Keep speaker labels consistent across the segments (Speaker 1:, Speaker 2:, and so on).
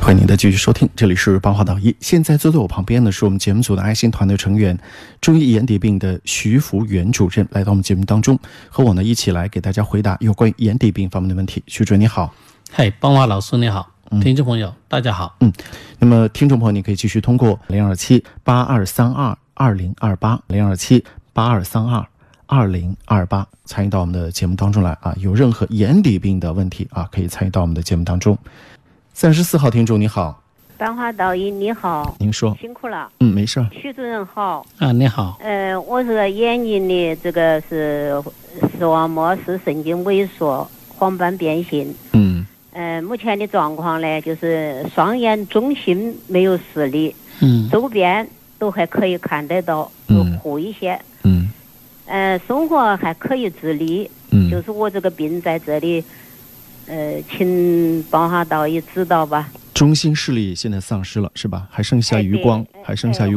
Speaker 1: 欢迎您的继续收听，这里是八卦导医。现在坐在我旁边的是我们节目组的爱心团队成员、中医眼底病的徐福元主任，来到我们节目当中，和我呢一起来给大家回答有关于眼底病方面的问题。徐主任你好，
Speaker 2: 嗨，邦华老师你好，听众朋友、大家好。
Speaker 1: 那么听众朋友，你可以继续通过零二七八二三二二零二八零二七八二三二。二零二八参与到我们的节目当中来啊！有任何眼底病的问题啊，可以参与到我们的节目当中。三十四号听众你好，
Speaker 3: 班花导医你好，
Speaker 1: 您说，
Speaker 3: 辛苦了，
Speaker 1: 嗯，没事儿，
Speaker 3: 徐主任好。
Speaker 2: 啊，你好，
Speaker 3: 呃，我这个眼睛的这个是视网膜视神经萎缩、黄斑变性。
Speaker 1: 嗯
Speaker 3: 呃，目前的状况呢，就是双眼中心没有视力，
Speaker 2: 嗯
Speaker 3: 周边都还可以看得到，就
Speaker 1: 嗯
Speaker 3: 糊一些。
Speaker 1: 嗯
Speaker 3: 呃，生活还可以自理，
Speaker 1: 嗯，
Speaker 3: 就是我这个病在这里，呃，请帮下导医指导吧。
Speaker 1: 中心视力现在丧失了是吧？还剩下余光，
Speaker 3: 哎对
Speaker 1: 还剩下余，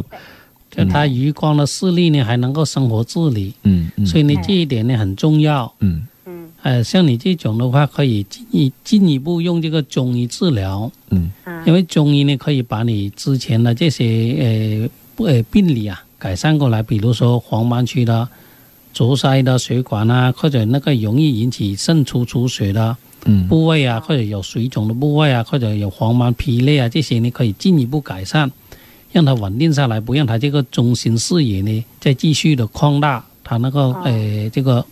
Speaker 2: 就
Speaker 3: 哎
Speaker 2: 他余光的视力呢，还能够生活自理，
Speaker 1: 嗯嗯，
Speaker 2: 所以呢，这一点呢很重要。
Speaker 1: 嗯
Speaker 3: 嗯
Speaker 2: 呃，像你这种的话，可以进一进一步用这个中医治疗，
Speaker 1: 嗯
Speaker 3: 嗯
Speaker 2: 因为中医呢可以把你之前的这些呃不呃病理啊改善过来，比如说黄斑区的阻塞的血管啊，或者那个容易引起肾出出血的，
Speaker 1: 嗯
Speaker 2: 部位啊，或者有水肿的部位啊，或者有黄斑疲累啊，这些你可以进一步改善，让它稳定下来，不让它这个中心视野呢再继续的扩大，它那个
Speaker 3: 哦
Speaker 2: 呃这个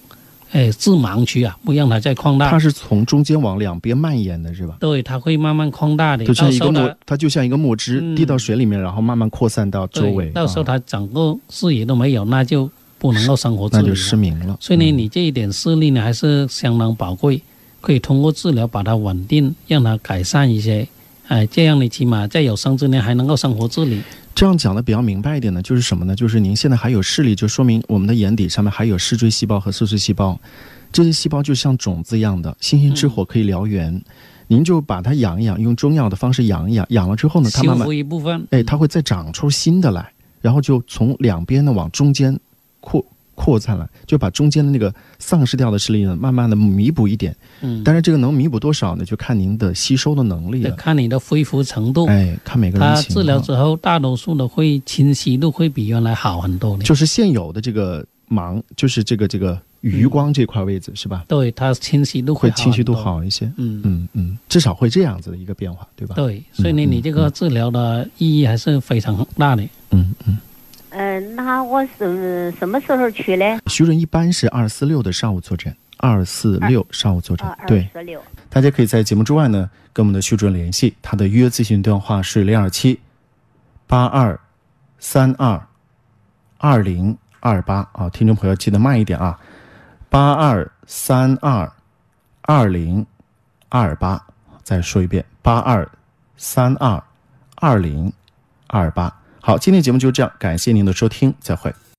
Speaker 2: 呃致盲区啊，不让它再扩
Speaker 1: 它
Speaker 2: 大，
Speaker 1: 是从中间往两边蔓延的是吧？
Speaker 2: 对，它会慢慢扩大的，
Speaker 1: 就像
Speaker 2: 到
Speaker 1: 一
Speaker 2: 时
Speaker 1: 个
Speaker 2: 候
Speaker 1: 墨
Speaker 2: 它，
Speaker 1: 它就像一个墨汁
Speaker 2: 嗯
Speaker 1: 滴到水里面，然后慢慢扩散到周围
Speaker 2: 对，，到时候
Speaker 1: 啊
Speaker 2: 它整个视野都没有，那就不能够生活自
Speaker 1: 那
Speaker 2: 理
Speaker 1: 就
Speaker 2: 了。
Speaker 1: 失明了。
Speaker 2: 所以呢，
Speaker 1: 嗯
Speaker 2: 你这一点视力呢还是相当宝贵，可以通过治疗把它稳定，让它改善一些。哎，这样你起码在有生之年还能够生活自理。
Speaker 1: 这样讲的比较明白一点呢，就是什么呢？就是您现在还有视力，就说明我们的眼底上面还有视锥细胞和色素细胞，这些细胞就像种子一样的，星星之火可以燎原。您就把它养一养，用中药的方式养一养，养了之后呢，它嗯
Speaker 2: 修
Speaker 1: 慢慢
Speaker 2: 复一部分。
Speaker 1: 哎，它会再长出新的来，然后就从两边呢往中间扩扩散来，就把中间的那个丧失掉的视力呢，慢慢的弥补一点。
Speaker 2: 嗯，
Speaker 1: 但是这个能弥补多少呢？就看您的吸收的能力
Speaker 2: 得
Speaker 1: 了。
Speaker 2: 看你的恢复程度。
Speaker 1: 啊哎，看每个人
Speaker 2: 它
Speaker 1: 情
Speaker 2: 治疗
Speaker 1: 况。
Speaker 2: 之后，大多数的会清晰度会比原来好很多的。
Speaker 1: 就是现有的这个盲，就是这个这个余光这块位置、是吧？
Speaker 2: 对，它清晰度
Speaker 1: 会
Speaker 2: 好
Speaker 1: 清晰度
Speaker 2: 很多。
Speaker 1: 好一些。
Speaker 2: 嗯，
Speaker 1: 嗯嗯，至少会这样子的一个变化，对吧？
Speaker 2: 对，所以呢，
Speaker 1: 嗯
Speaker 2: 你这个治疗的意义还是非常大的。
Speaker 1: 嗯嗯。
Speaker 3: 嗯、那我是什么时候去嘞？
Speaker 1: 徐润一般是二四六的上午坐诊，二四六上午坐诊
Speaker 3: 啊二，二
Speaker 1: 对。
Speaker 3: 十六。
Speaker 1: 大家可以在节目之外呢，跟我们的徐主任联系，他的预约咨询电话是零二七八二三二二零二八啊，听众朋友记得慢一点啊，八二三二二零二八，再说一遍，八二三二二零二八。好，今天节目就这样，感谢您的收听，再会。